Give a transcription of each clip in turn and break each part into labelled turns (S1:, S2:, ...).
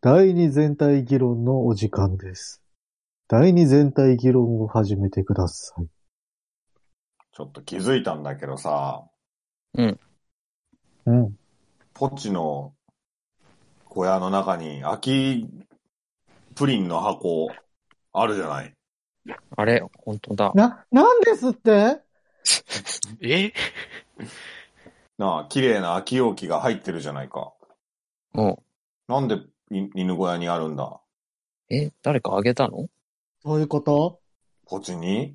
S1: 第二全体議論のお時間です。第二全体議論を始めてください。
S2: ちょっと気づいたんだけどさ、
S1: うん。
S2: ポチの小屋の中に秋プリンの箱あるじゃない。
S3: あれ本当だ。
S1: な、なんですって
S4: え
S2: なあ、綺麗な秋容器が入ってるじゃないか。
S3: うん。
S2: なんでい犬小屋にあるんだ
S3: え、誰かあげたの
S1: どういうこと
S2: ポチに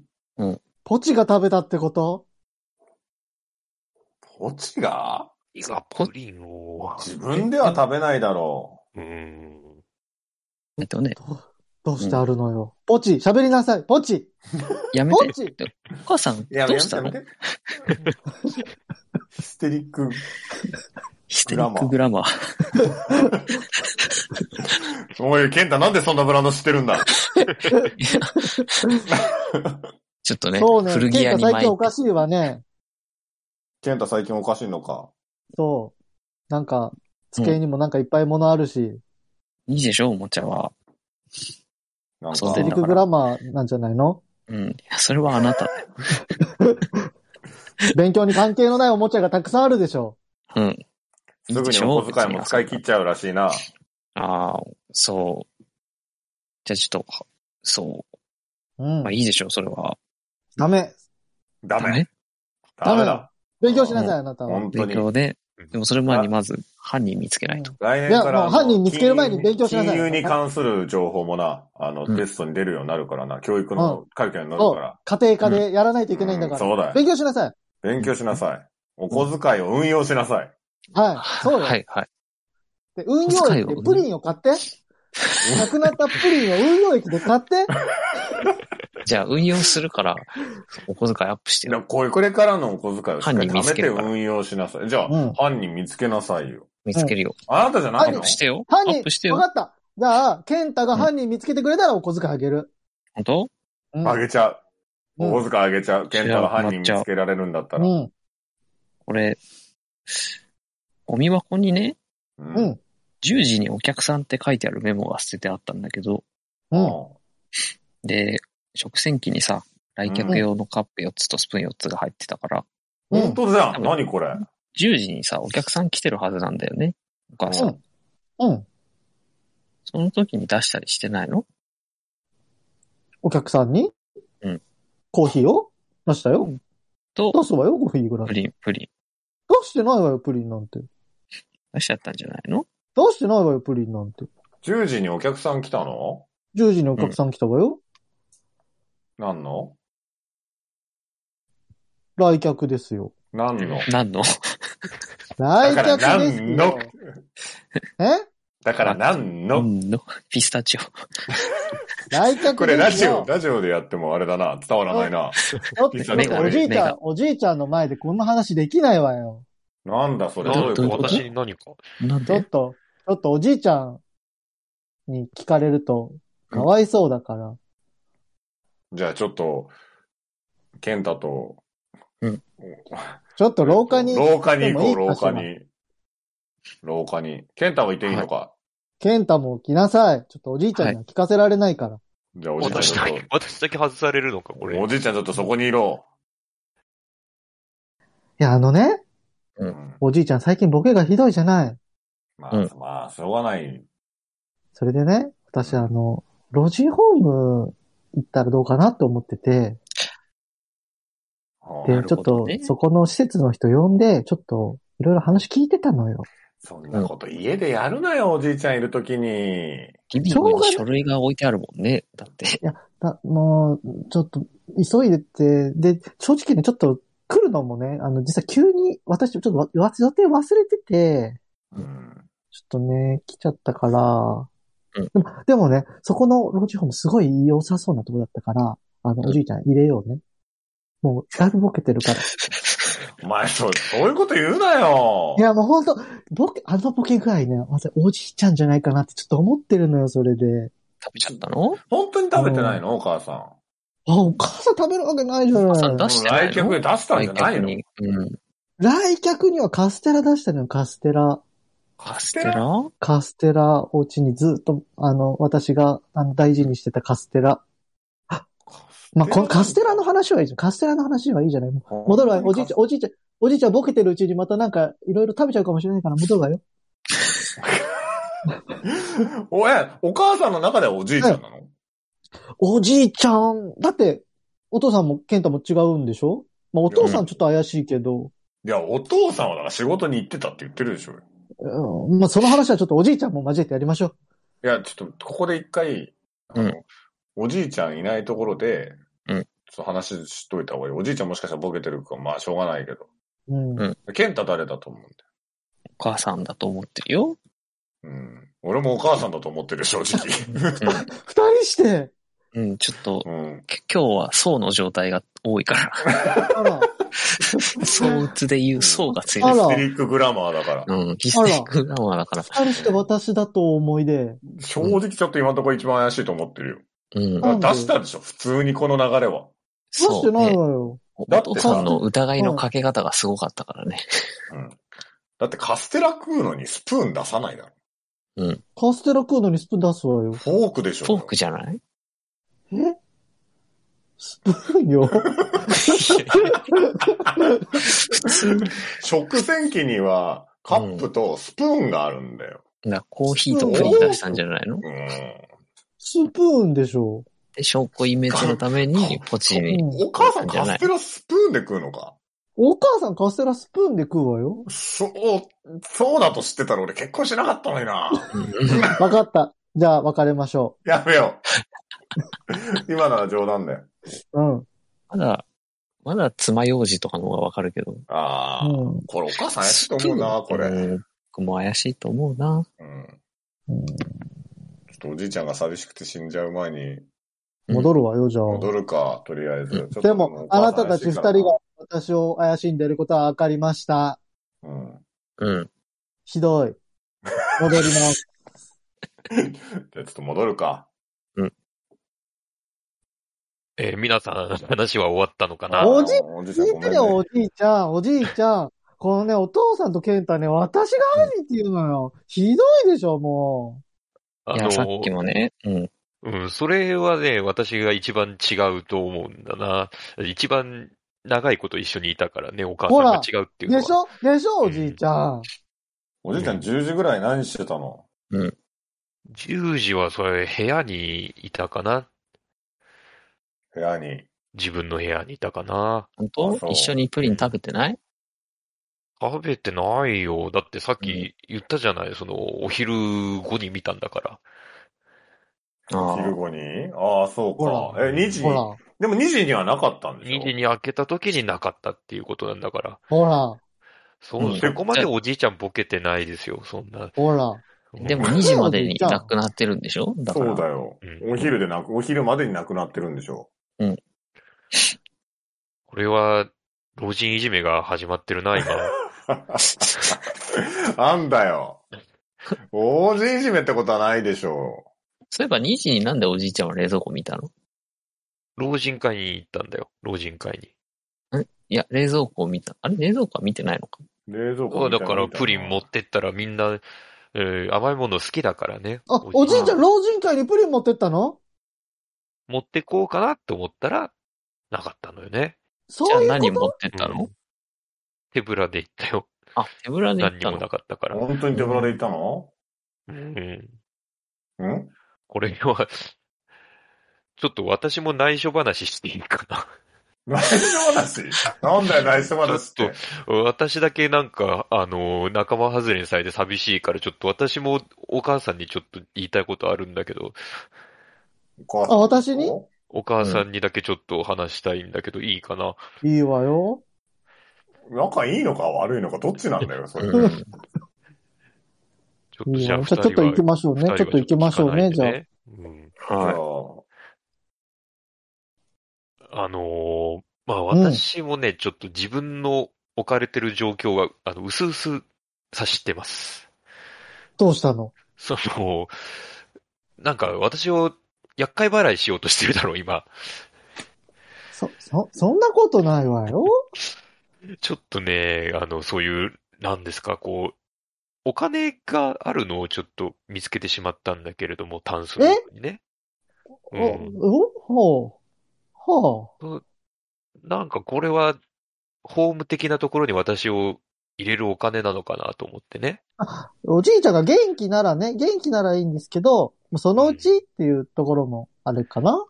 S1: ポチが食べたってこと
S2: ポチが
S4: いや、プリンを。
S2: 自分では食べないだろ
S4: うーん。
S3: えっとね、
S1: どどうしてあるのよ。ポチ、喋りなさい。ポチ
S3: やめ
S1: ポ
S3: て。
S1: チ
S3: お母さん、
S2: う。いや、
S3: どうした
S2: やめ
S3: の
S2: て。やめてヒ ステリック。
S3: ヒステリックグラマー。
S2: おい、ケンタなんでそんなブランド知ってるんだ
S3: ちょっとね、
S1: そうね。
S3: 古着
S1: ケ
S3: 屋
S1: ン
S3: に
S1: タ最
S3: 巻い
S1: 近お
S3: て
S1: かしいわね。
S2: ケンタ最近おかしいのか。
S1: そう。なんか、机にもなんかいっぱい物あるし、
S3: いいでしょ、おもちゃは。
S2: なん
S3: そ
S2: か
S3: う
S1: セ
S3: だ
S1: リ
S3: よ
S1: クグラマーなんじゃないの
S3: うん。いやそれはあなただよ。
S1: 勉強に関係のないおもちゃがたくさんあるでしょ。
S3: うん。
S2: すぐにお小遣いも使い切っちゃうらしいな。
S3: ああ、そう。じゃあちょっと、そうう。
S1: ん
S3: まあ。いいでしょう、それは。
S1: ダメ。
S2: ダメ。。
S1: ダ
S2: ダ
S1: メだ
S2: メだ。
S1: 勉強しなさい、あなたは。
S2: 本当
S3: 勉
S2: に。
S3: 強で。でもそれ前にまず犯人見つけないと。
S2: 来年か
S1: いや
S2: らあの
S1: もう犯人見つける前に勉強しなさい
S2: 金融に関する情報もな、あの、
S3: うん
S2: テストに出るようになるからな、教育の科教になるから。
S1: 家庭科でやらないといけないんだか
S2: うんそうだ
S1: ら。
S2: よ
S1: 勉強しなさい。
S2: 勉強しなさい。お小遣いを運用しなさい。
S1: はい。そう
S3: は
S1: よ。
S3: い、はい。
S1: で運用
S3: 使え
S1: 液
S3: よ
S1: でプリンを買って。なくなったプリンを運用液で買っ て。
S3: じゃあ運用するから、 お小遣いアップして
S2: いや
S3: る。
S2: こういうこれからのお小遣いをしっかり
S3: 犯人見
S2: 貯
S3: つ
S2: め
S3: け
S2: て
S3: るから
S2: 運用しなさい。じゃあ、
S1: うん
S2: 犯人見つけなさいよ。
S3: 見つけるよ。
S2: あなたじゃない
S3: アッ
S2: の
S3: プしてよ。
S1: 犯
S3: アップして
S1: 人、わ
S3: よ
S1: か。った。じゃあ、ケンタが犯人見つけてくれたらお小遣いあげる。
S3: 本当
S1: うん。
S2: あげちゃう。
S1: うん
S2: お小遣いあげちゃう。ケンタが犯人見つけられるんだった
S1: う
S2: ら。
S1: ん。
S3: これ、ゴミ箱にね、
S2: うん
S1: うん。
S3: 10時にお客さんって書いてあるメモが捨ててあったんだけど、
S1: うん。
S3: で、食洗機にさ、来客用のカップ4つとスプーン4つが入ってたから、
S1: う
S2: 本
S1: ん。
S2: 当じゃ
S3: 多
S2: ん。
S3: 分
S2: 何これ。
S3: 10時にさ、お客さん来てるはずなんだよね。お母さん。
S1: うん。
S3: その時に出したりしてないの
S1: お客さんに
S3: うん
S1: コーヒーを出したよ。
S3: と、
S1: 出すわよ、コーヒーぐらい
S3: プ。リン、プリン。
S1: 出してないわよ、プリンなんて。
S3: 出しちゃったんじゃないの
S1: 出してないわよ、プリンなんて。
S2: 10時にお客さん来たの
S1: 10時にお客さん来たわよ。
S2: 何の
S1: 来客ですよ。
S2: 何の
S3: 何の
S1: 来
S2: だから
S1: 客です
S2: 何の
S1: よ。え
S2: だから何の
S3: 何のピスタチオ。
S1: 来客ですよ。
S2: これラジオ、ラジオでやってもあれだな。伝わらないな。
S1: ちょっとちょっとおじいち
S3: 目
S1: ゃん
S3: が、
S1: おじいちゃんの前でこんな話できないわよ。
S2: なんだそれ。
S4: なん
S3: ど
S4: で
S3: ういうこと
S4: 私に何か。
S3: なん
S1: ちょっ
S3: で
S1: と、ちょっとおじいちゃんに聞かれると、かわいそうだから。
S2: じゃあちょっと、ケンタと、
S3: うん
S1: ちょっと廊下に、
S2: 廊下に行こう、
S1: でもい
S2: 廊
S1: いか
S2: 下
S1: しら
S2: に。廊下に。ケンタは行っていいのか、
S1: ケンタも来なさい。ちょっとおじいちゃんには聞かせられないから。
S2: じゃあおじい
S4: 私
S2: ち
S4: だ
S2: ゃんちょ
S4: け
S2: っ、、
S4: 私だけ外されるのか、ことれ。
S2: おじいちゃんちょっとそこにいろ。
S1: いや、あのね、
S3: うん
S2: うん
S1: おじいちゃん最近ボケがひどいじゃない。
S2: ま
S3: うん
S2: あ、まあ、しょうがない。
S1: それでね、私あの、老人ホーム行ったらどうかなと思ってて、
S2: うん
S1: で、
S3: る
S1: ちょっ
S3: ほど
S1: と
S3: ね
S1: そこの施設の人呼んで、ちょっといろいろ話聞いてたのよ。
S2: そんなこと家でやるなよ、おじいちゃんいるときに。
S3: リビングに書類が置いてあるもんね。だって。
S1: だもう、ちょっと、急いでて、で、正直ね、ちょっと来るのもね、あの、実は急に、私、ちょっとわわ予定忘れてて、
S2: うん。
S1: ちょっとね、来ちゃったから、
S3: うん
S1: でもでもね、そこの老人ホームすごい良さそうなとこだったから、あの、
S3: うん
S1: おじいちゃん入れようね。もう、だいぶボケてるから。
S2: お前、そう、そういうこと言うなよ。
S1: いや、もうほんと、ボケ、あのボケ具合ね、私、おじいちゃんじゃないかなってちょっと思ってるのよ、それで。
S3: 食べちゃったのお
S2: 本当に食べてないの、お母さん。
S1: あ、お母さん食べるわけないじゃ
S3: 母さん
S1: ない。
S3: 出してない
S2: 来客
S3: の
S2: で出したんじゃないの
S3: に。うん。
S1: 来客にはカステラ出したのよ、カステラ。
S3: カステラ
S1: カステラ、お家にずっと、あの、私があの大事にしてたカステラ。まあ、このカステラの話はいいじゃん。カステラの話はいいじゃない。もう戻るわよ。おじいちゃん、おじいちゃん、おじいちゃんボケてるうちにまたなんか、いろいろ食べちゃうかもしれないから戻るわよ。
S2: おえ、お母さんの中ではおじいちゃんなの、
S1: おじいちゃん、だって、お父さんもケンタも違うんでしょまあ、お父さんちょっと怪しいけど、
S2: いや、お父さんはだから仕事に行ってたって言ってるでしょ。
S1: うん、まあ、その話はちょっとおじいちゃんも交えてやりましょ
S2: いや、ちょっと、ここで一回、あの
S3: うん
S2: おじいちゃんいないところで、
S3: うん
S2: ちょっと話しといた方がいい。おじいちゃんもしかしたらボケてるか、まあ、しょうがないけど。
S1: う。うん。
S3: うん
S2: ケンタ誰だと思うんだよ。
S3: お母さんだと思ってるよ。
S2: うん。俺もお母さんだと思ってる、正直。
S1: 二人して、
S3: うん、うん、ちょっと、
S2: うん。
S3: き今日は層の状態が多いから、
S1: あら、
S3: 層打つで言う層が強
S1: あ
S3: いで
S1: ら
S2: ヒステリックグラマーだから。
S3: す。うん、ヒステリックなのだから。
S1: 二人して私だと思いで、
S2: 正直ちょっと今のところ一番怪しいと思ってるよ。
S3: うん
S1: あ。
S2: だから出したでしょ、普通にこの流れは。
S1: 出し
S3: そ
S1: て
S3: う、
S1: ない
S3: ね。
S1: わよ。
S3: お
S2: だ
S3: お
S2: って
S3: 父さんの疑いのかけ方がすごかったからね。
S2: うん。だってカステラ食うのにスプーン出さないだろ。
S1: カステラ食うのにスプーン出すわよ。
S2: フォークでしょ。
S3: フォークじゃない
S1: えスプーンよ。
S3: 普通に。
S2: 食洗機にはカップとスプーンがあるんだよ。
S3: なコーヒーとプリン出したんじゃないの
S2: うん。
S1: スプーンでしょ。
S3: で証拠隠滅のためにポチに。
S1: うん
S2: お母さんカステラスプーンで食うのか
S1: お母さんカステラスプーンで食うわよ。
S2: そう、そうだと知ってたら俺結婚しなかったのにな。
S3: うん
S1: わかった。じゃあ別れましょ
S2: やめよう。 今のは冗談だよ。
S1: う。うん。
S3: まだ、まだ爪楊枝とかの方がわかるけど。
S2: ああ、
S1: うん
S2: これお母さん怪しいと思うな、これ。
S3: うん。僕も怪しいと思うな。
S2: うん。
S1: うん
S2: ちょっとおじいちゃんが寂しくて死んじゃう前に
S1: 戻るわよ、じゃ
S2: 戻
S1: あ。
S2: るか、とりあえず。ちょっと
S1: でも、あなたたち二人。
S2: も
S1: が私を怪しんでることは分かりました。
S2: ううん。
S3: うん。
S1: ひどい。戻ります。
S2: じゃあちょっと戻るか。
S4: えー皆さん、話は終わったのかな
S1: おじい
S2: おじいちゃん
S1: 聞い
S2: ごめ
S1: て
S2: ん
S1: よ、お
S2: ね。
S1: じいちゃん、おじいちゃん。このね、お父さんとケンタね、私が犯人っていうのよ。ひどいでしょ、も
S4: あ
S3: い
S4: の
S3: や、さっきもね。うん。
S4: うん、それはね、私が一番違うと思うんだな。一番長いこと一緒にいたからね、お母さんが違うって
S1: う。
S4: いうの
S1: で
S4: は。
S1: しょでしょ、おじいちゃん。
S2: おじいちゃん10時ぐらい何してたの
S4: ?10 時はそれ、部屋にいたかな
S2: 部屋に。
S4: 自分の部屋にいたかな
S3: 本
S2: あそ
S3: 当
S2: う
S3: 一緒にプリン食べてない
S4: 食べてないよ。だってさっ
S3: うん
S4: き言ったじゃない、その、お昼後に見たんだから。
S3: あ
S2: 昼
S3: あ。
S2: 後にああ、そう
S1: ほ
S2: か。え、2時
S1: ほら、
S2: でも2時にはなかったんでしょ
S4: 2時に開けた時になかったっていうことなんだから。
S1: ほら、
S4: そ、
S3: うん
S4: そこまでおじいちゃんボケてないですよ、そんな。
S1: ほら。
S3: でも
S4: うん
S3: 2時までにいなくなってるんでしょだか
S2: そ
S3: ら。
S2: うだよ
S4: う。ん
S2: お昼でなく、お昼までになくなってるんでしょ
S4: これは、老人いじめが始まってるな、今。
S2: なんだよ。おじいじめってことはないでしょ
S3: そういえば2時になんでおじいちゃんは冷蔵庫見たの
S4: 老人会に行ったんだよ、老人会に。
S3: いや、冷蔵庫を見た。あれ冷蔵庫は見てないのか
S2: う。冷蔵庫
S4: そう
S2: みた
S4: だ
S2: いな
S4: か
S2: の
S4: ら
S2: 見たな
S4: プリン持ってったらみんな、えー甘いもの好きだからね。
S1: あ、おじいちゃん、老人会にプリン持ってったの
S4: 持ってこうかなって思ったら、なかったのよね。
S3: じゃ
S1: そ
S3: あ
S1: うい
S3: 何
S1: うこ
S3: 持
S1: と
S3: ってったの、
S4: うん手ぶらで行ったよ。
S3: あ、手ぶらで行
S4: 何
S3: っ
S4: に
S3: た
S4: も
S3: の
S4: なかったから。
S2: 本当に手ぶらで行ったの
S4: うん。
S2: うん
S4: これは、ちょっと私も内緒話していいかな。
S2: 内緒話なんだよ、内緒話っ
S4: ちょ
S2: て
S4: っ。私だけなんか、あの、仲間外れにされて寂しいから、ちょっと私もお母さんにちょっと言いたいことあるんだけど、
S2: お母さん
S1: あ、私に
S4: お母さんにだけちょっと話したいんだけど、いいかない
S1: いわよ。
S2: 仲いいのか悪いのかどっちなんだよ、それ。
S3: うん。
S4: ちょっ
S1: い
S4: と
S1: い
S4: じゃ
S1: わよ。じゃあ
S4: あ二人は、
S1: ちょっと行きましょうね。
S4: 二人は
S1: ちょっと行きましょうね、
S4: ち
S1: じ
S4: ょ
S1: ゃあ
S4: っと聞かない。でねう
S2: じ
S4: ん
S2: ゃあ
S3: は
S4: あのーまあ
S1: ん
S4: 私もね、ちょっと自分の置かれてる状況は、あの、薄々察してます。
S1: どうしたの
S4: その、なんか私を厄介払いしようとしてるだろう、今。
S1: そ、そ、そんなことないわよ。
S4: ちょっとね、あの、そういう、なんですか、こう、お金があるのをちょっと見つけてしまったんだけれども、タンスの中にね。う
S1: お
S4: ん、
S1: おほう。は
S4: なんかこれは、ホーム的なところに私を入れるお金なのかなと思ってね。
S1: あ。おじいちゃんが元気ならね、元気ならいいんですけど、もうそのうちっていうところもあれかな、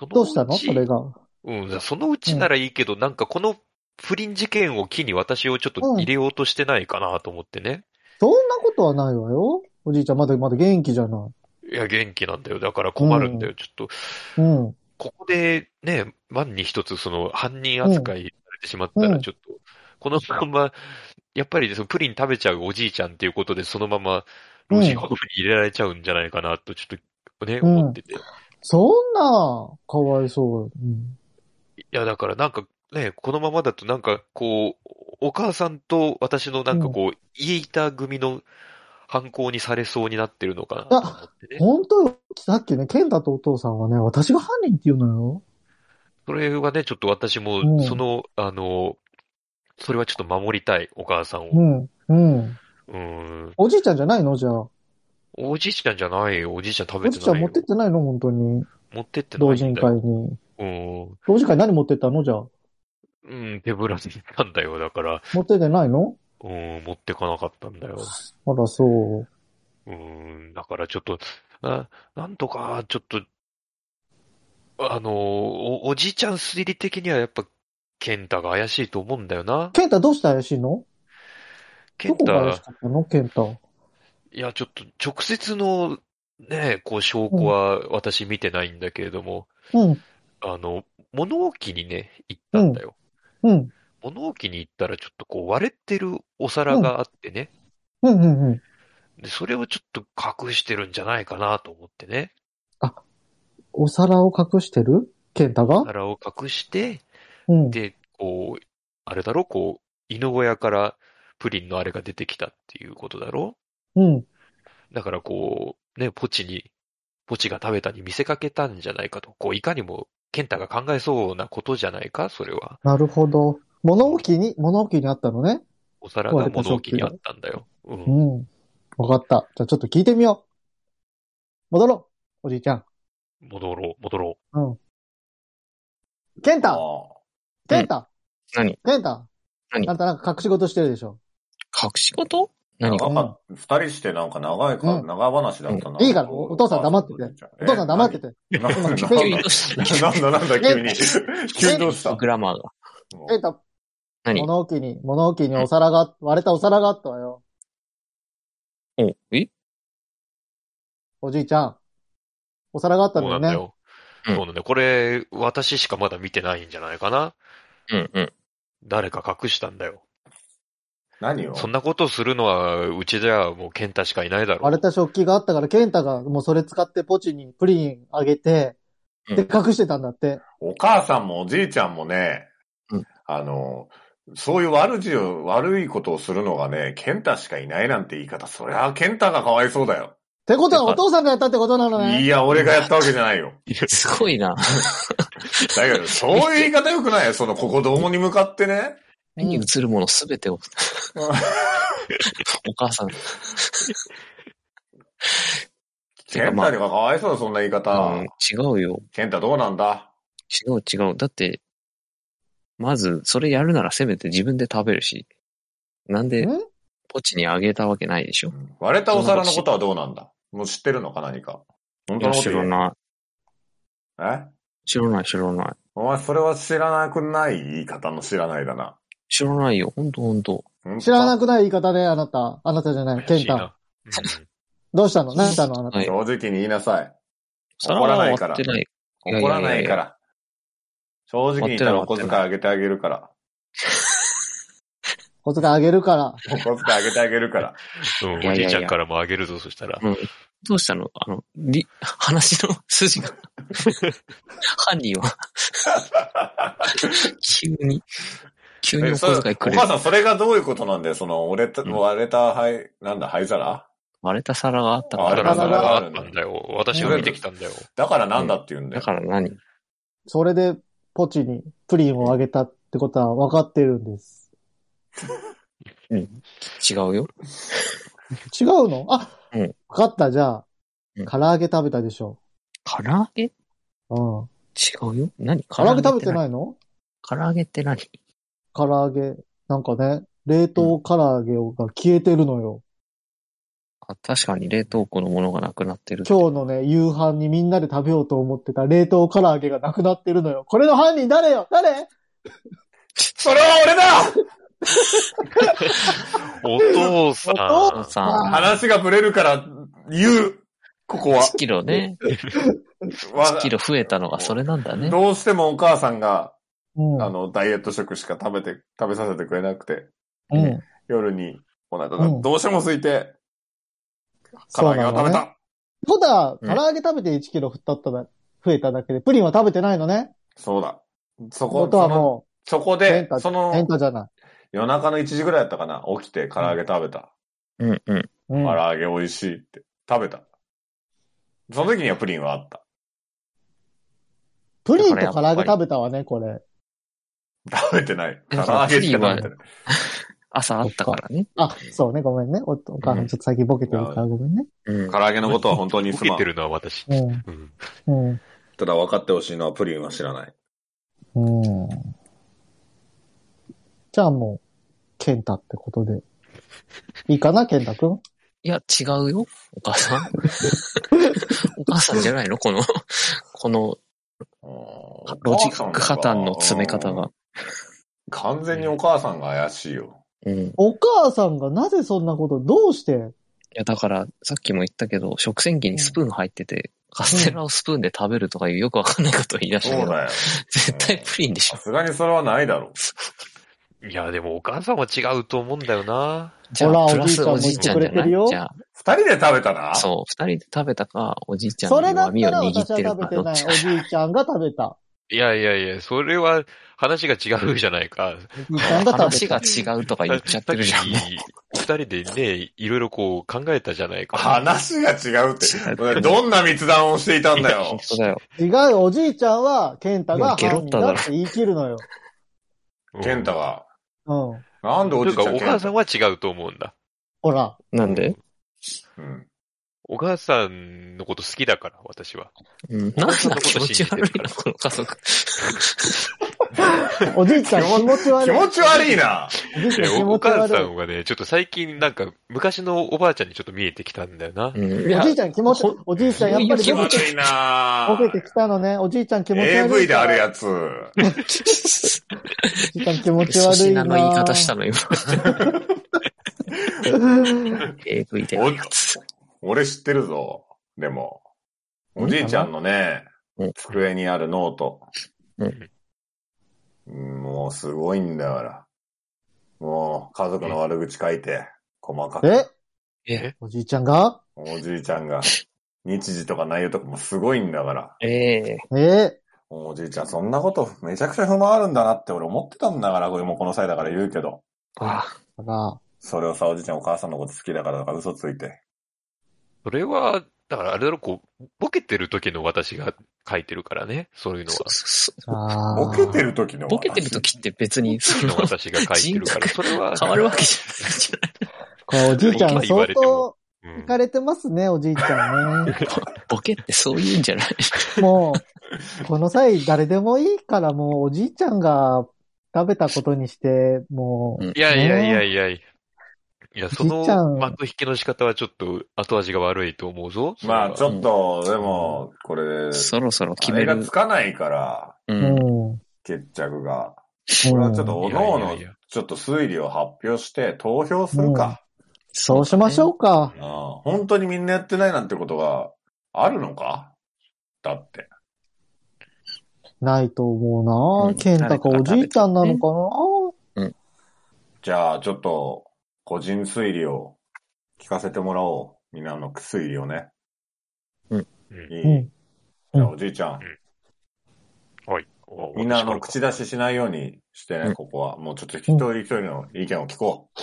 S4: そのうち
S1: どうしたのそれが。
S4: うん、そのうちならいいけど、なんかこの不倫事件を機に私をちょっと入れようとしてないかなと思ってね。
S1: そんなことはないわよ。おじいちゃんまだまだ元気じゃない
S4: や、元気なんだよ。だから困るんだよ。ちょっと、
S1: い。うん。
S4: ここでね、万に一つその犯人扱いされてしまった
S1: う
S4: ら、
S1: ん
S4: ちょっと、このまま、やっぱりそのプリン食べちゃうおじいちゃんっていうことで、そのまま、老人ホームに入れられちゃうんじゃないかなと、ちょっとね、
S1: うん
S4: 思ってて。い
S1: そんな、かわいそう。うん。
S4: や、だからなんかね、このままだとなんかこう、お母さんと私のなんかこう、家板組の犯行にされそうになってるのかなと思ってね。
S1: 本当よさっきね、ケンタとお父さんはね、私が犯人って言うのよ。
S4: それはね、ちょっと私
S1: う
S4: も、
S1: ん
S4: その、あの、それはちょっと守りたい、お母さんを
S1: う。ん。うん。
S4: うん。
S1: おじいちゃんじゃないのじゃあ。
S4: おじいちゃんじゃないよ。おじいちゃん食
S1: お
S4: べ
S1: じ
S4: て
S1: いちゃ
S4: なんい
S1: 持
S4: よ
S1: ってってないの本当に。
S4: 持ってってない
S1: 同
S4: んだよ。
S1: 人会に。
S4: うん。
S1: 同人会何持ってったのじゃあ。
S4: うん、手ぶらで行ったんだよ。だから、
S1: 持ってってないの
S4: うん、持ってかなかったんだよ。
S1: あら、そう。
S4: うん、だからちょっと、な、なんとか、ちょっと、あの、お、おじいちゃん推理的にはやっぱ、ケンタが怪しいと思うんだよな。
S1: ケンタどうして怪しいの
S4: ケ
S1: ど
S4: ン
S1: こが怪し
S4: タ、
S1: かったのケンタ。
S4: いや、ちょっと直接の、ね、こう証拠は私見てないんだけれども、
S1: うん。
S4: あの、物置にね、行ったんだよ。
S1: うん。
S4: 物置に行ったらちょっとこう割れてるお皿があってね。
S1: うんうんうん。
S4: で、それをちょっと隠してるんじゃないかなと思ってね。
S1: お皿を隠してるケンタが
S4: 皿を隠して、
S1: うん。
S4: で、こう、あれだろこう、犬小屋からプリンのあれが出てきたっていうことだろ
S1: うん。
S4: だからこう、ね、ポチに、ポチが食べたに見せかけたんじゃないかと。こう、いかにも、ケンタが考えそうなことじゃないかそれは。
S1: なるほど。物置に、物置にあったのね。
S4: お皿が物置にあったんだよ。う。
S1: うんん。わかった。じゃあちょっと聞いてみよう。戻ろう。おじいちゃん。
S4: 戻ろう、戻ろ
S1: ケン
S2: あ
S1: タケンタ
S3: 何
S1: ケンタ
S3: 何
S1: あんたなんか隠し事してるでしょ。
S3: 隠し事何
S2: あ
S3: が
S2: なんか、二人してなんか長いか、
S1: うん
S2: 長話だったな。
S1: いいからお父さん黙っててお父さん黙って
S2: て。
S1: て。
S2: えななんだ
S1: 急
S3: 急
S1: に
S3: にどうし
S2: なんだなんだ急に。急にどうした
S3: たグラマーが。
S1: ケンタ、
S3: 何
S1: 物置に、物置にお皿があっ、割れたお皿があったわよ。
S3: おえ
S1: おじいちゃん。お皿があっ
S4: う。
S1: た
S4: そう
S1: のよ
S4: なんだ
S1: ね。
S4: よ。
S3: うん
S4: そうなんだよ。これ、私しかまだ見てないんじゃないかな
S3: うんうん。
S4: 誰か隠したんだよ。
S2: 何を
S4: そんなことをするのは、うちではもうケンタしかいないだろう。
S1: 割れた食器があったから、ケンタがもうそれ使ってポチにプリンあげて、
S3: うん
S1: で、隠してたんだって。
S2: お母さんもおじいちゃんもね、
S3: うん
S2: あの、そういう悪事を、悪いことをするのがね、ケンタしかいないなんて言い方、そりゃケンタがかわいそうだよ。
S1: ってことはお父さんがやったってことなの
S2: い
S1: ね。
S2: や、俺がやったわけじゃないよ。
S3: すごいな。
S2: だけど、そういう言い方よくないよ。その、ここどもに向かってね。
S3: 目に映るものすべてを、お母さん。
S2: ケンタがかわいそうだ、そんな言い
S3: あ
S2: 方。
S3: 違うよ。
S2: ケンタどうなんだ
S3: 違う違う。だって、まず、それやるならせめて自分で食べるし。なんで、
S1: ん
S3: ポチにあげたわけないでしょ。
S2: 割れたお皿のことはどうなんだもう知ってるのか何か。本
S3: い
S2: 当
S3: や、
S2: のこと
S3: 知
S2: 言
S3: ら
S2: え
S3: ない。
S2: え
S3: 知らない、知らない。
S2: お前、それは知らなくない言い方の知らないだな。
S3: 知らないよ。ほんとほんと。
S2: 本当
S1: 知らなくない言い方で、あなた。あなたじゃない。
S4: 怪
S1: ケ
S4: し
S1: ン
S4: い
S1: タ。
S4: な。うん
S1: どうしたの何したのあなた。
S3: はい。
S2: 正直に言いなさい。
S3: 皿
S2: 怒
S3: は
S2: らないから
S3: 割ってない。いやいやい
S2: 怒
S3: や
S2: らないから。正直に言ったらお小遣いあげてあげるから。
S1: 小遣いあげるから。
S2: お小遣いあげてあげるから。
S4: うん
S3: いやいやいや
S4: おじいちゃんからもあげるぞ、そしたら。
S3: うん。どうしたのあの、り、話の 筋が。犯人は。急に、急に
S2: え
S3: お
S2: それ
S3: 小遣いく
S2: お
S3: れ
S2: 母
S3: る。
S2: さん、それがどういうことなんだよ。その、折れた、
S3: うん
S2: 割れた灰、なんだ、灰皿
S3: 割れた皿があった
S2: あ
S3: か
S2: れ
S4: だから
S1: だ
S3: ら。
S1: から
S4: 皿があったんだよ。私が見てきたんだよ。
S2: だからなんだって言うんだ
S3: だ
S2: よ。
S3: から何
S1: それで、ポチにプリンをあげたってことは分かってるんです。
S3: 違うよ。
S1: 違うのあ、
S3: うん
S1: 分かった、じゃあ
S3: うん。
S1: 唐揚げ食べたでしょ。
S3: 唐揚げ違
S1: うん。唐
S3: うよ何
S1: 揚げ食べて
S3: い。
S1: ないの
S3: 唐揚げって何
S1: 唐揚げ。なんかね、冷凍唐揚げが消えてるのよ。
S3: あ確かに冷凍庫のものがなくなってる。
S1: 今日のね、夕飯にみんなで食べようと思ってた冷凍唐揚げがなくなってるのよ。これの犯人誰よ誰
S2: それは俺だ
S4: お父さん。
S1: お
S3: お父さ
S2: 話がぶれるから言う。こ こは
S3: ん、。1キロね、
S2: わ
S3: 1キロ増えたのがそれなんだね。
S2: どうしてもお母さんが、
S1: うん。
S2: あの、ダイエット食しか食べて、食べさせてくれなくて、
S1: うん。
S2: 夜にお腹が
S1: うん
S2: どうしても空いて、唐
S1: そ
S2: 揚
S1: う
S2: げ
S1: な
S2: を
S1: の
S2: 食べ
S1: ね。
S2: た。
S1: ほだ、
S3: う
S1: 唐
S3: ん
S1: 揚げ食べて1キロ太っただ、増えただけで、プリンは食べてないのね。
S2: そうだ。そこ、
S1: こと
S2: そ
S1: は
S2: の
S1: も
S2: そこ
S1: う、変
S2: で
S1: 化、、
S2: そ
S1: 変
S2: の
S1: 化じゃない。
S2: 夜中の1時ぐらいだったかな、起きて唐揚げ食べた。
S3: うんうん。
S1: うん
S2: 唐。揚げ美味しいって。食べた。その時にはプリンはあった。
S1: プリンと唐揚げ食べたわね、これ。
S2: 食べてない。唐
S3: でも
S2: 揚げしか食べてない。
S3: 朝あったからね。
S1: あ、そうね、ごめんね。おお母さん、ちょっと最近ボケてるからごめんね。
S3: うん。
S2: 唐揚げのことは本当に
S4: 受
S2: す
S4: け
S2: ま
S4: て
S2: ん。
S4: るのは私。
S1: う
S4: うん
S1: ん。
S2: ただ分かってほしいのはプリンは知らない。
S1: うん。うん。じゃあもう、ケンタってことで。いいかな、ケンタくん
S3: いや、違うよ。お母さ ん。お母さんじゃないのこの、このロジック破綻の詰め方が。。
S2: 完全にお母さんが怪しいよ。
S3: うん。い
S1: お母さんがなぜそんなこと、どうして
S3: や、だから、さっきも言ったけど、食洗機にスプーン入ってて、カステラをスプーンで食べるとかいうよくわかんないことを言い出した
S2: そ
S3: け
S2: う
S3: ど、
S2: だよ。
S3: 絶対プリンでしょ
S2: さ。すがにそれはないだろう。
S4: いや、でもお母さんは違うと思うんだよな。
S3: じゃ
S1: ほら
S3: あ、プラスお
S1: おじ
S3: じい
S1: い
S3: ち
S1: ち
S3: ゃ
S1: ゃ
S3: ん
S1: ん
S3: じ
S1: も言
S3: ゃ
S1: ってくれ
S3: な
S1: てるよ
S3: いじゃあ、
S2: 二人で食べたな
S3: そう、二人で食べたか、おじいちゃん
S1: それ
S3: の
S1: だっ
S3: 網を
S1: たら
S3: 握っ
S1: 私は
S3: てる
S1: 食べ
S3: か、
S1: て
S3: どっ
S1: ない
S3: ち。か
S1: お。じいちゃんが食べた。
S4: いやいやいや、それは話が違うじゃないか。
S1: おじいちゃんが食べ
S3: 話
S1: た
S3: が。違うとか言っちゃってるじゃん。も
S4: さっき二人でね、いろいろこう考えたじゃないか。
S2: 話が違うっ
S3: 違
S2: て。
S3: う
S2: どんな密談をしていたんだ
S3: う
S2: よ
S3: 本。当だよ。
S1: 違うよ、おじいちゃんは、ケンタが犯人だって言い切るのよ。
S4: うん
S2: 健太が。
S1: うん。
S2: なんでお
S4: とい
S2: じいうちゃ
S4: か、
S2: ん
S4: お
S2: 健
S4: 母
S2: 太
S4: さんは違うと思うんだ。
S1: ほら。
S3: なんで
S2: うん
S4: お母さんのこと好きだから、私は。
S3: うん。
S4: お
S3: なんだ
S4: 母さんのこ
S3: 気
S4: と
S3: 持ち
S4: 信じて
S3: 悪
S4: る
S3: い
S4: か
S3: な、この家族。
S1: おじいちゃん気持ち悪い。
S2: 気 持ち悪いな。
S1: おじいちゃん
S4: い
S1: 気
S4: やお
S1: 持ち
S4: 母
S1: 悪
S4: さ
S1: い。
S4: んがね、ちょっと最近なんか、昔のおばあちゃんにちょっと見えてきたんだよな。
S3: うん。い
S1: お
S3: や
S1: じ、いちゃん気持ち、おじいちゃんやっぱり
S2: 気
S3: 気
S1: ボ
S2: 持
S3: 持
S1: ケ
S2: ち
S3: ち
S1: て
S2: 悪いな
S1: ボケてきたのね。おじいちゃん気持ち悪い。
S2: AV であるやつ。
S1: おじいちゃん気持ち
S3: 粗
S1: 悪い
S3: 品
S1: な。
S3: の言い方したの、今。AV で。
S2: お俺知ってるぞ。でも。おじいちゃんのね
S3: うん、
S2: 机にあるノート。
S3: う
S2: うんもうすごいんだから。もう家族の悪口書いて、細かく。
S1: え
S3: え
S1: おじいちゃんが
S2: おじいちゃんが、日時とか内容とかもすごいんだから。
S3: ええ
S1: ええ
S2: おじいちゃんそんなことめちゃくちゃ不満あるんだなって俺思ってたんだから、これもこの際だから言うけど。
S3: あ、
S1: だか
S2: それをさ、おじいちゃんお母さんのこと好きだからとか嘘ついて。
S4: それは、だからあれだろ、こう、ボケてる時の私が書いてるからね、そういうのは
S3: そ。そ
S1: ら、あー
S2: ボケてる時の
S3: ボケてる時って別に、そ
S4: 時の
S3: の、
S4: 私が書いてるから、それは。
S3: 変わるわけじゃないじゃない。
S1: これおじいちゃん
S4: 言わ
S1: 相
S4: れても
S1: 当
S4: うん
S1: 行かれてますね、おじいちゃ んね。
S3: ボケってそういうんじゃない。
S1: もう、この際誰でもいいからもうおじいちゃんが食べたことにして、もう、
S3: うん
S4: いやいやいやいやいや。そ
S1: じいちゃ
S4: の
S1: ん
S4: 幕引きの仕方はちょっと後味が悪いと思うぞ。それは
S2: まあちょっと、でも、これ、
S3: そろそろ決
S2: あ
S3: め
S2: れが
S3: る
S2: つ。かないから、
S3: う
S1: うん。
S3: ん。
S2: 決着が。
S1: う
S2: こ
S1: ん
S2: れはちょっと、おのお
S4: いや
S2: の
S4: いやいや、
S2: ちょっと推理を発表して投票するか。
S1: そうしましょうか。
S2: うん本当にみんなやってないなんてことがあるのかだって。
S1: ないと思うな、
S3: うん
S1: ケンタかおじいちゃんなのか
S2: じゃあ、ちょっと、個人推理を聞かせてもらおう。みんなの推理をね。
S3: うん
S2: いい。
S1: な、うん、
S2: じゃあ、おじいちゃん。
S4: はい。お
S2: みんなあの、口出ししないようにして
S3: う
S2: ね、
S3: ん
S2: ここは。もうちょっと一人一人の意見を聞こう。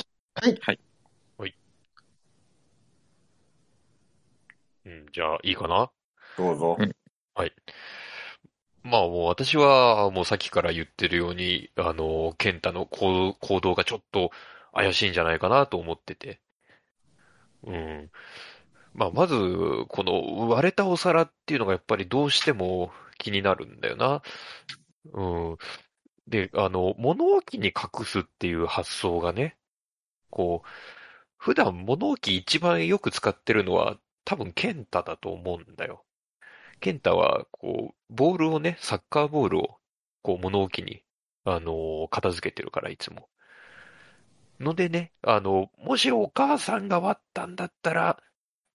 S4: うん、じゃあ、いいかな
S2: どうぞ。
S3: うん
S4: まあもう私はもうさっきから言ってるように、あの、健太の行行動がちょっと怪しいんじゃないかなと思ってて。うん。まあ、まず、この割れたお皿っていうのがやっぱりどうしても気になるんだよな。うん。で、あの、物置に隠すっていう発想がね、こう、普段物置一番よく使ってるのは多分ケンタだと思うんだよ。ケンタは、こう、ボールをね、サッカーボールを、こう、物置に、あのー片付けてるから、いつも。のでね、あの、もしお母さんが割ったんだったら、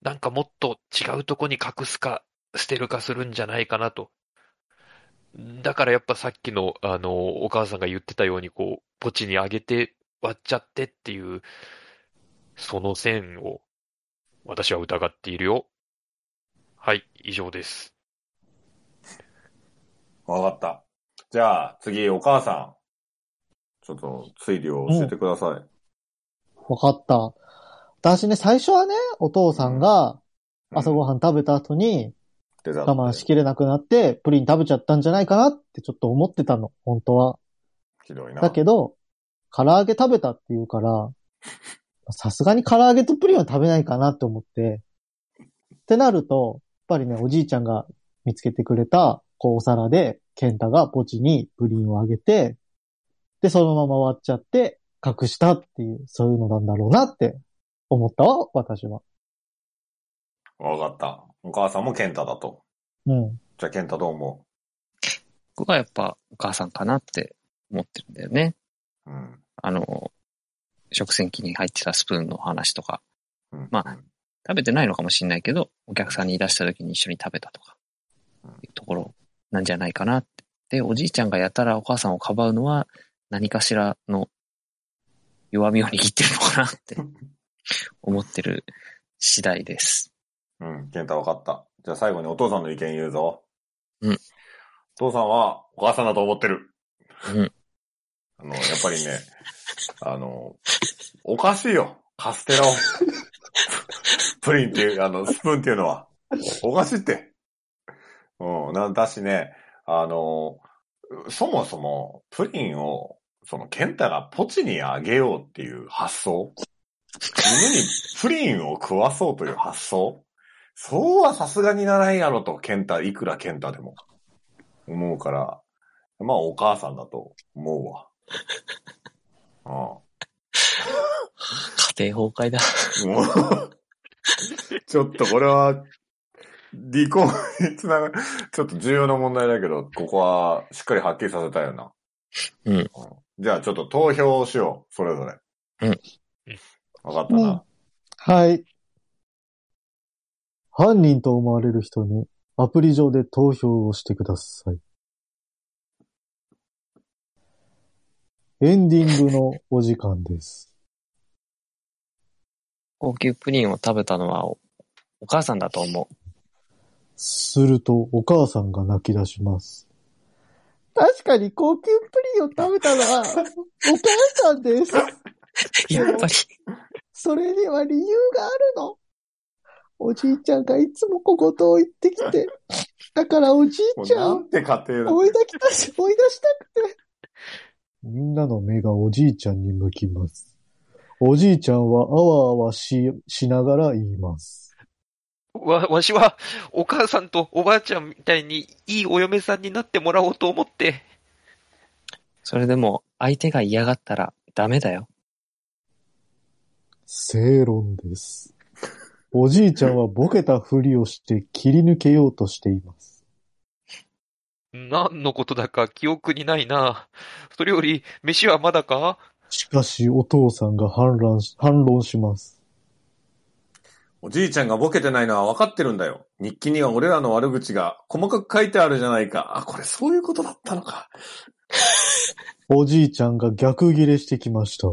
S4: なんかもっと違うとこに隠すか、捨てるかするんじゃないかなと。だからやっぱさっきの、あの、お母さんが言ってたように、こう、ポチにあげて割っちゃってっていう、その線を、私は疑っているよ。はい、以上です。
S2: わかった。じゃあ、次、お母さん。ちょっと、推理を教えてください。
S1: わかった。私ね、最初はね、お父さんが朝ごはん食べた後に
S2: デザート
S1: 我慢しきれなくなって、プリン食べちゃったんじゃないかなってちょっと思ってたの、本当は。
S2: ひどいな。
S1: だけど、唐揚げ食べたって言うから、さすがに唐揚げとプリンは食べないかなって思って。ってなると、やっぱりね、おじいちゃんが見つけてくれた、こう、お皿で、ケンタがポチにプリンをあげて、で、そのまま割っちゃって、隠したっていう、そういうのなんだろうなって思ったわ、私は。
S2: わかった。お母さんもケンタだと。
S1: うん。
S2: じゃあ、ケンタどう思
S3: 僕はやっぱお母さんかなって思ってるんだよね。
S2: ううん。
S3: あの、食洗機に入ってたスプーンの話とか、
S2: うん、
S3: まあ食べてないのかもしれないけど、お客さんに出した時に一緒に食べたとか
S2: うん、
S3: いうところなんじゃないかなって。で、おじいちゃんがやたらお母さんをかばうのは、何かしらの弱みを握ってるのかなって思ってる次第です。
S2: うん、ケンタわかった。じゃあ最後にお父さんの意見言うぞ。
S3: うん
S2: お父さんはお母さんだと思ってる。
S3: うん。
S2: あの、やっぱりね、あの、おかしいよ。カステラを。 プリンっていう、あの、スプーンっていうのは。おかしいって。うん、なんだしね、あの、そもそも、プリンを、その、ケンタがポチにあげようっていう発想。犬にプリンを食わそうという発想。そうはさすがにならんやろと、ケンタ、いくらケンタでも。思うから、まあお母さんだと思うわ。あ
S3: 家庭崩壊だ。
S2: あ もうちょっとこれは、離婚につながる、ちょっと重要な問題だけど、ここはしっかりはっきりさせたよな。
S3: うん
S2: じゃあちょっと投票をしよう、それぞれ。
S3: うん。
S2: わかったな。
S1: うんはい。犯人と思われる人にアプリ上で投票をしてください。エンディングのお時間です。
S3: 高級プリンを食べたのはおお母さんだと思う。
S1: するとお母さんが泣き出します。確かに高級プリンを食べたの はお母さんです。
S3: やっぱり、
S1: それには理由があるの。おじいちゃんがいつもここと行ってきて、だからおじ
S2: も
S1: いうちゃ
S2: なんんて家庭だ。
S1: 追い出したし、追い出したくて。みんなの目がおじいちゃんに向きます。おじいちゃんはあわあわし、しながら言います。
S4: わ、わしは、お母さんとおばあちゃんみたいに、いいお嫁さんになってもらおうと思って、
S3: それでも相手が嫌がったらダメだよ。
S1: 正論です。おじいちゃんはボケたふりをして切り抜けようとしています。
S4: 何のことだか記憶にないな。それより、飯はまだか
S1: しかしお父さんが反乱し、反論します。
S2: おじいちゃんがボケてないのは分かってるんだよ。日記には俺らの悪口が細かく書いてあるじゃないか。あ、これそういうことだったのか。
S1: おじいちゃんが逆ギレしてきました。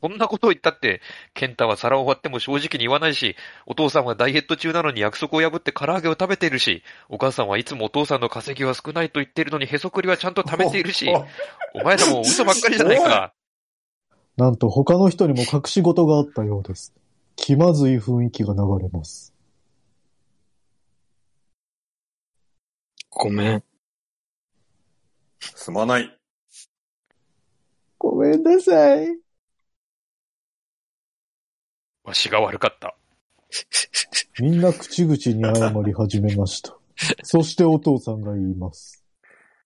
S4: こんなことを言ったって、ケンタは皿を割っても正直に言わないし、お父さんはダイエット中なのに約束を破って唐揚げを食べているし、お母さんはいつもお父さんの稼ぎは少ないと言っているのにへそくりはちゃんと貯めている し、お前らも嘘ばっかりじゃないか。
S1: なんと他の人にも隠し事があったようです。気まずい雰囲気が流れます。
S3: ごめん。
S2: すまない。
S1: ごめんなさい。
S4: わしが悪かった。
S1: みんな口々に謝り始めま した。そしてお父さんが言います。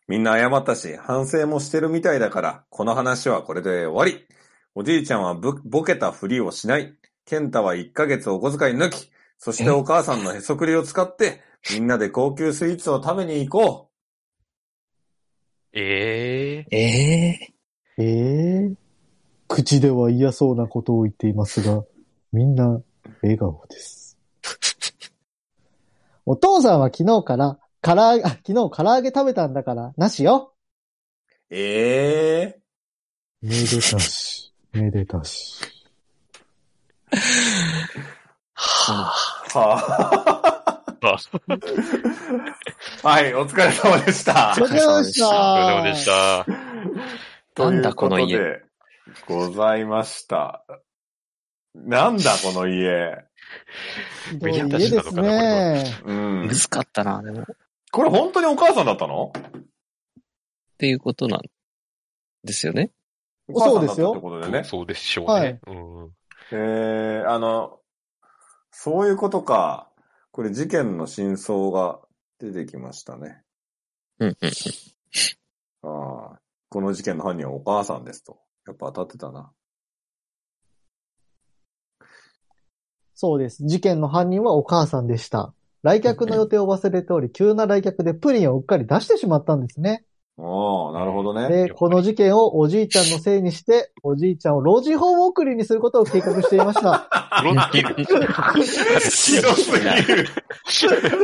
S2: みんな謝ったし、反省もしてるみたいだから、この話はこれで終わり。おじいちゃんはぶボケたふりをしない。ケンタは1ヶ月お小遣い抜き。そしてお母さんのへそくりを使って、みんなで高級スイーツを食べに行こ
S4: ええ
S3: ええ
S1: ええ口では嫌そうなことを言っていますが、みんな笑顔です。 お父さんは昨日から、からあ、昨日唐揚げ食べたんだから、なしよ。
S2: う。ええ
S1: めでたし、めでたし。
S3: はあ。
S2: ー。は
S4: あ、
S2: あ、はい、お疲れ様でした。
S3: 疲れ様でした
S4: お疲れ様でした。
S2: と
S3: ないん
S2: う
S3: だこ
S2: こと
S3: の家
S2: で、ございました。なんだこの家。
S1: ひどい
S4: めで
S1: 家
S4: た
S1: で
S4: しなの
S1: す
S4: かなこれ
S1: ね。
S2: うん
S3: 難。かったな、でも。っ
S2: これ本当にお母さんだったの
S3: ていうことなんですよね。
S2: お母さん
S1: そうで
S2: だっ
S1: す
S2: た
S1: よ
S2: ってことでね。
S4: そうでしょうね。
S1: はい
S4: うん。
S2: えー、あの、そういうことか。これ事件の真相が出てきましたね。
S3: うんうん。
S2: ああこの事件の犯人はお母さんですと。やっぱ当たってたな。
S1: そうです。事件の犯人はお母さんでした。来客の予定を忘れており、急な来客でプリンをうっかり出してしまったんですね。
S2: ああなるほどね。
S1: で、この事件をおじいちゃんのせいにして、おじいちゃんを老人ホーム送りにすることを計画していました。
S4: 黒すぎる。
S2: ひどすぎる。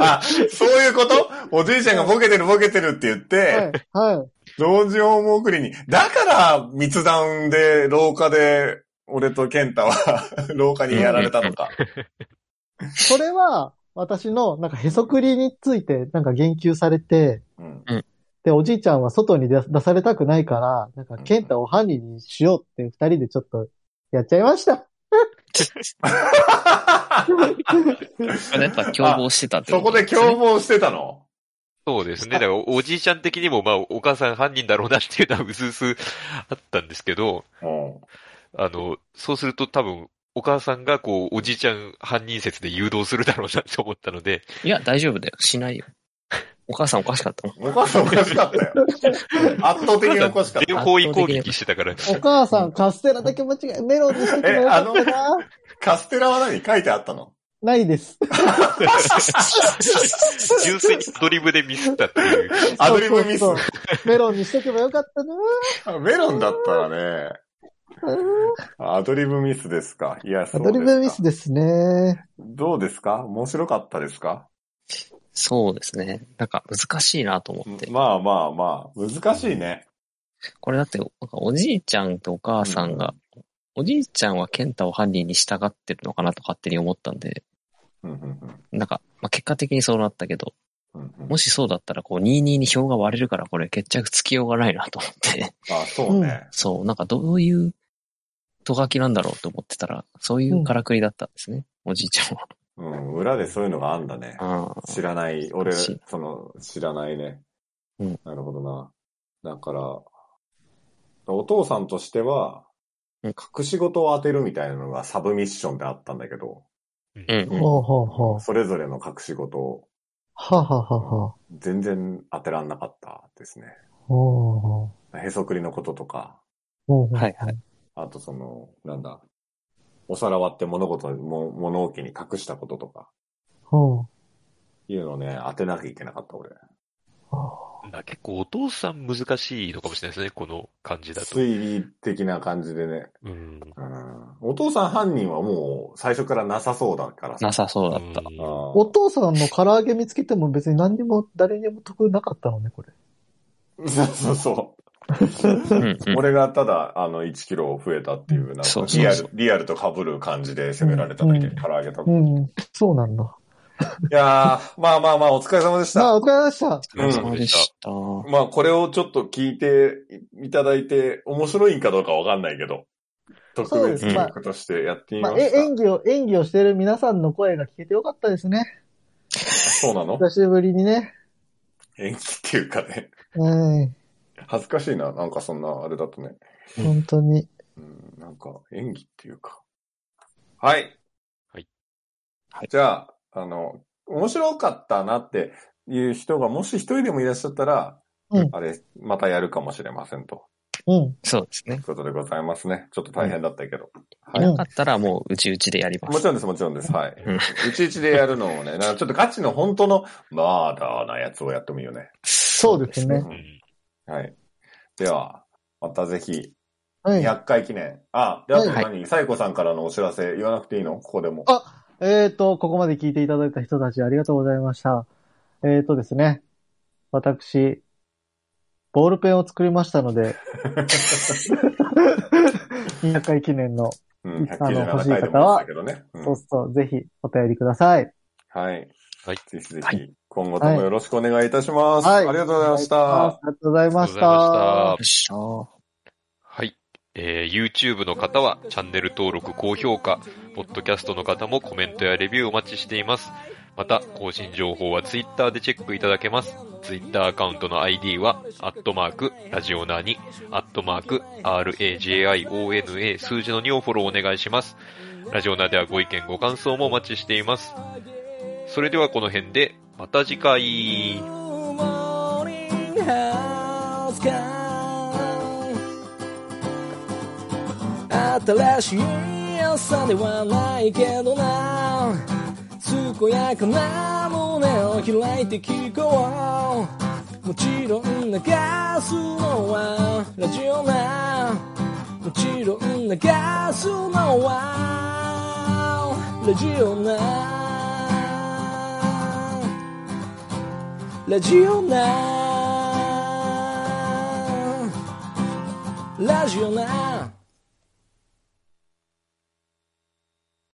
S2: あ、そういうことおじいちゃんがボケてるボケてるって言って、
S1: はい。はい。
S2: 老人ホーム送りに。だから、密談で、廊下で、俺と健太 は、廊下にやられたのか。
S1: それは、私の、なんか、へそくりについて、なんか言及されて、
S2: うん。
S1: で、おじいちゃんは外に出出されたくないから、なんか、ケンタを犯人にしようって二人でちょっと、やっちゃいました。
S3: やっぱ共謀してたって
S2: そこ
S3: と
S2: です
S3: ね
S2: 共謀してたの
S4: そうですね。だからおじいちゃん的にも、まあ、お母さん犯人だろうなっていうのはうすうすあったんですけど、
S2: うん。
S4: あの、そうすると多分、お母さんがこう、おじいちゃん犯人説で誘導するだろうなと思ったので、
S3: いや、大丈夫だよ。しないよ。お母さんおかしかったもん。
S2: お母さんおかしか ったよ。圧倒的におかしかった。
S4: 両方位攻撃してたから、
S1: お母さん、カステラだけ間違え、メロンにしてくれよかったな。
S2: カステラは何書いてあったの
S1: ないです。
S4: 純粋にアドリブでミスったっていう。
S2: アドリブミス
S1: そ。うそうそうメロンにしとけばよかったな。
S2: メロンだったらね。アドリブミスですか。いや、そ
S1: ア
S2: う
S1: ドリブミス
S2: で
S1: ですね。
S2: すかどうですか面白かったですか
S3: そうですね。なんか難しいなと思って。
S2: まあまあまあ、難しいね。
S3: これだって、なんかおじいちゃんとお母さんが、おじいちゃんは健太を犯人に従ってるのかなと勝手に思ったんで、
S2: うんうん
S3: なんか、まあ、結果的にそうなったけど、
S2: うんうんうん
S3: もしそうだったら、こう、22に票が割れるから、これ決着つきようがないなと思って、
S2: あ、そうね。
S3: そう、なんかどういう、とがきなんだろうと思ってたら、そういうからくりだったんですね、おじいちゃんは。
S2: うん、裏でそういうのがあんだね。
S3: ああ
S2: 知らない、俺、
S3: しい
S2: その、知らないね。
S3: うん
S2: なるほどな。だから、お父さんとしては、
S3: うん
S2: 隠し事を当てるみたいなのがサブミッションであったんだけど、
S3: うん。
S1: ほうほうほう。
S2: それぞれの隠し事を
S1: はははは。
S2: 全然当てらんなかったですね。
S1: ほうほう
S2: へそくりのこととか、
S1: ほうほう。
S3: はいはい。
S2: あとその、なんだ、お皿割って物事、も物置に隠したこととか、
S1: ほう
S2: いうのをね、当てなきゃいけなかった俺。
S4: あ結構お父さん難しいのかもしれないですね、この感じだと。
S2: 推理的な感じでね、
S4: うん。
S2: うんお父さん犯人はもう最初からなさそうだからさ。
S3: なさそうだった。
S4: うん
S2: あ
S1: お父さんの唐揚げ見つけても別に何にも誰にも得なかったのね、これ。
S2: あそうそうそ
S3: うんうん。
S2: う。俺がただ、あの、1キロ増えたっていう、なんか
S3: そうそうそう
S2: リアル、リアルと被る感じで攻められただけ
S1: う
S2: で
S1: ん
S2: 唐揚げ食べ
S1: うん、そうなんだ。
S2: いやー、まあまあまあ、お疲れ様でし
S1: ま
S2: た。
S1: あ、お疲れ様でした。
S4: お疲れ
S3: そ
S4: 様
S3: う
S4: で
S3: で
S4: した。
S3: した。
S2: まあ、これをちょっと聞いていただいて、面白いんかどうかわかんないけど、特別企画としてやってみ
S1: ま
S2: ま
S1: あ、え
S2: した。
S1: 演技を、演技をしてる皆さんの声が聞けてよかったですね。
S2: そうなの
S1: 久しぶりにね。
S2: 演技っていうかね、
S1: うん、
S2: 恥ずかしいな、なんかそんな、あれだとね。
S1: 本当に。
S2: うん、なんか演技っていうか。はい。
S3: はい
S2: じゃあ、あの、面白かったなっていう人がもし一人でもいらっしゃったら、
S1: うん
S2: あれ、またやるかもしれませんと。
S1: うん。
S3: そうです
S2: とい
S3: ね
S2: う。ことでございますね。ちょっと大変だったけど。
S3: い
S2: は
S3: なかったらもう、うちうちでやりま
S2: も
S3: す
S2: ち。ろんです、もちろんです。はい。
S3: うん
S2: うちうちでやるのをね、なんかちょっとガチの本当の、まだなやつをやってもいいよね。
S1: そうですね。
S4: うん
S2: はい。では、またぜひ、
S1: はい。
S2: 200回記念。あ、で、あと
S1: はい
S2: 何サイコさんからのお知らせ言わなくていいのここでも。
S1: あえっ、と、ここまで聞いていただいた人たちありがとうございました。えっ、とですね、私、ボールペンを作りましたの で、200回記念の、
S2: うん、
S1: あの欲し
S2: 197
S1: い
S2: 回で
S1: 方
S2: も
S1: は
S2: したけどね。うん
S1: そうそう、ぜひお便りください。
S2: はい。
S4: はい
S2: ぜひぜ
S3: は
S2: ひ、今後ともよろしくお願いいたします。
S1: は。
S2: はいい。ありがとうございまし
S1: あ
S2: た。
S1: りがとうございまし
S4: あり
S1: た。
S4: がとうございました
S3: よっしゃー。
S4: はい。えー YouTube の方はチャンネル登録、高評価、ポッドキャストの方もコメントやレビューお待ちしています。また、更新情報は Twitter でチェックいただけます。Twitter アカウントの ID は、アットマーク、ラジオナーに、アットマーク、RAJIONA 数字の2をフォローお願いします。ラジオナーではご意見、ご感想もお待ちしています。それではこの辺で、また次回。
S5: Morning House Call 新しい朝ではないけどな健やかな胸を開いて聞こうもちろん流すのはラジオなもちろん流すのはラジオなラジオなラジオな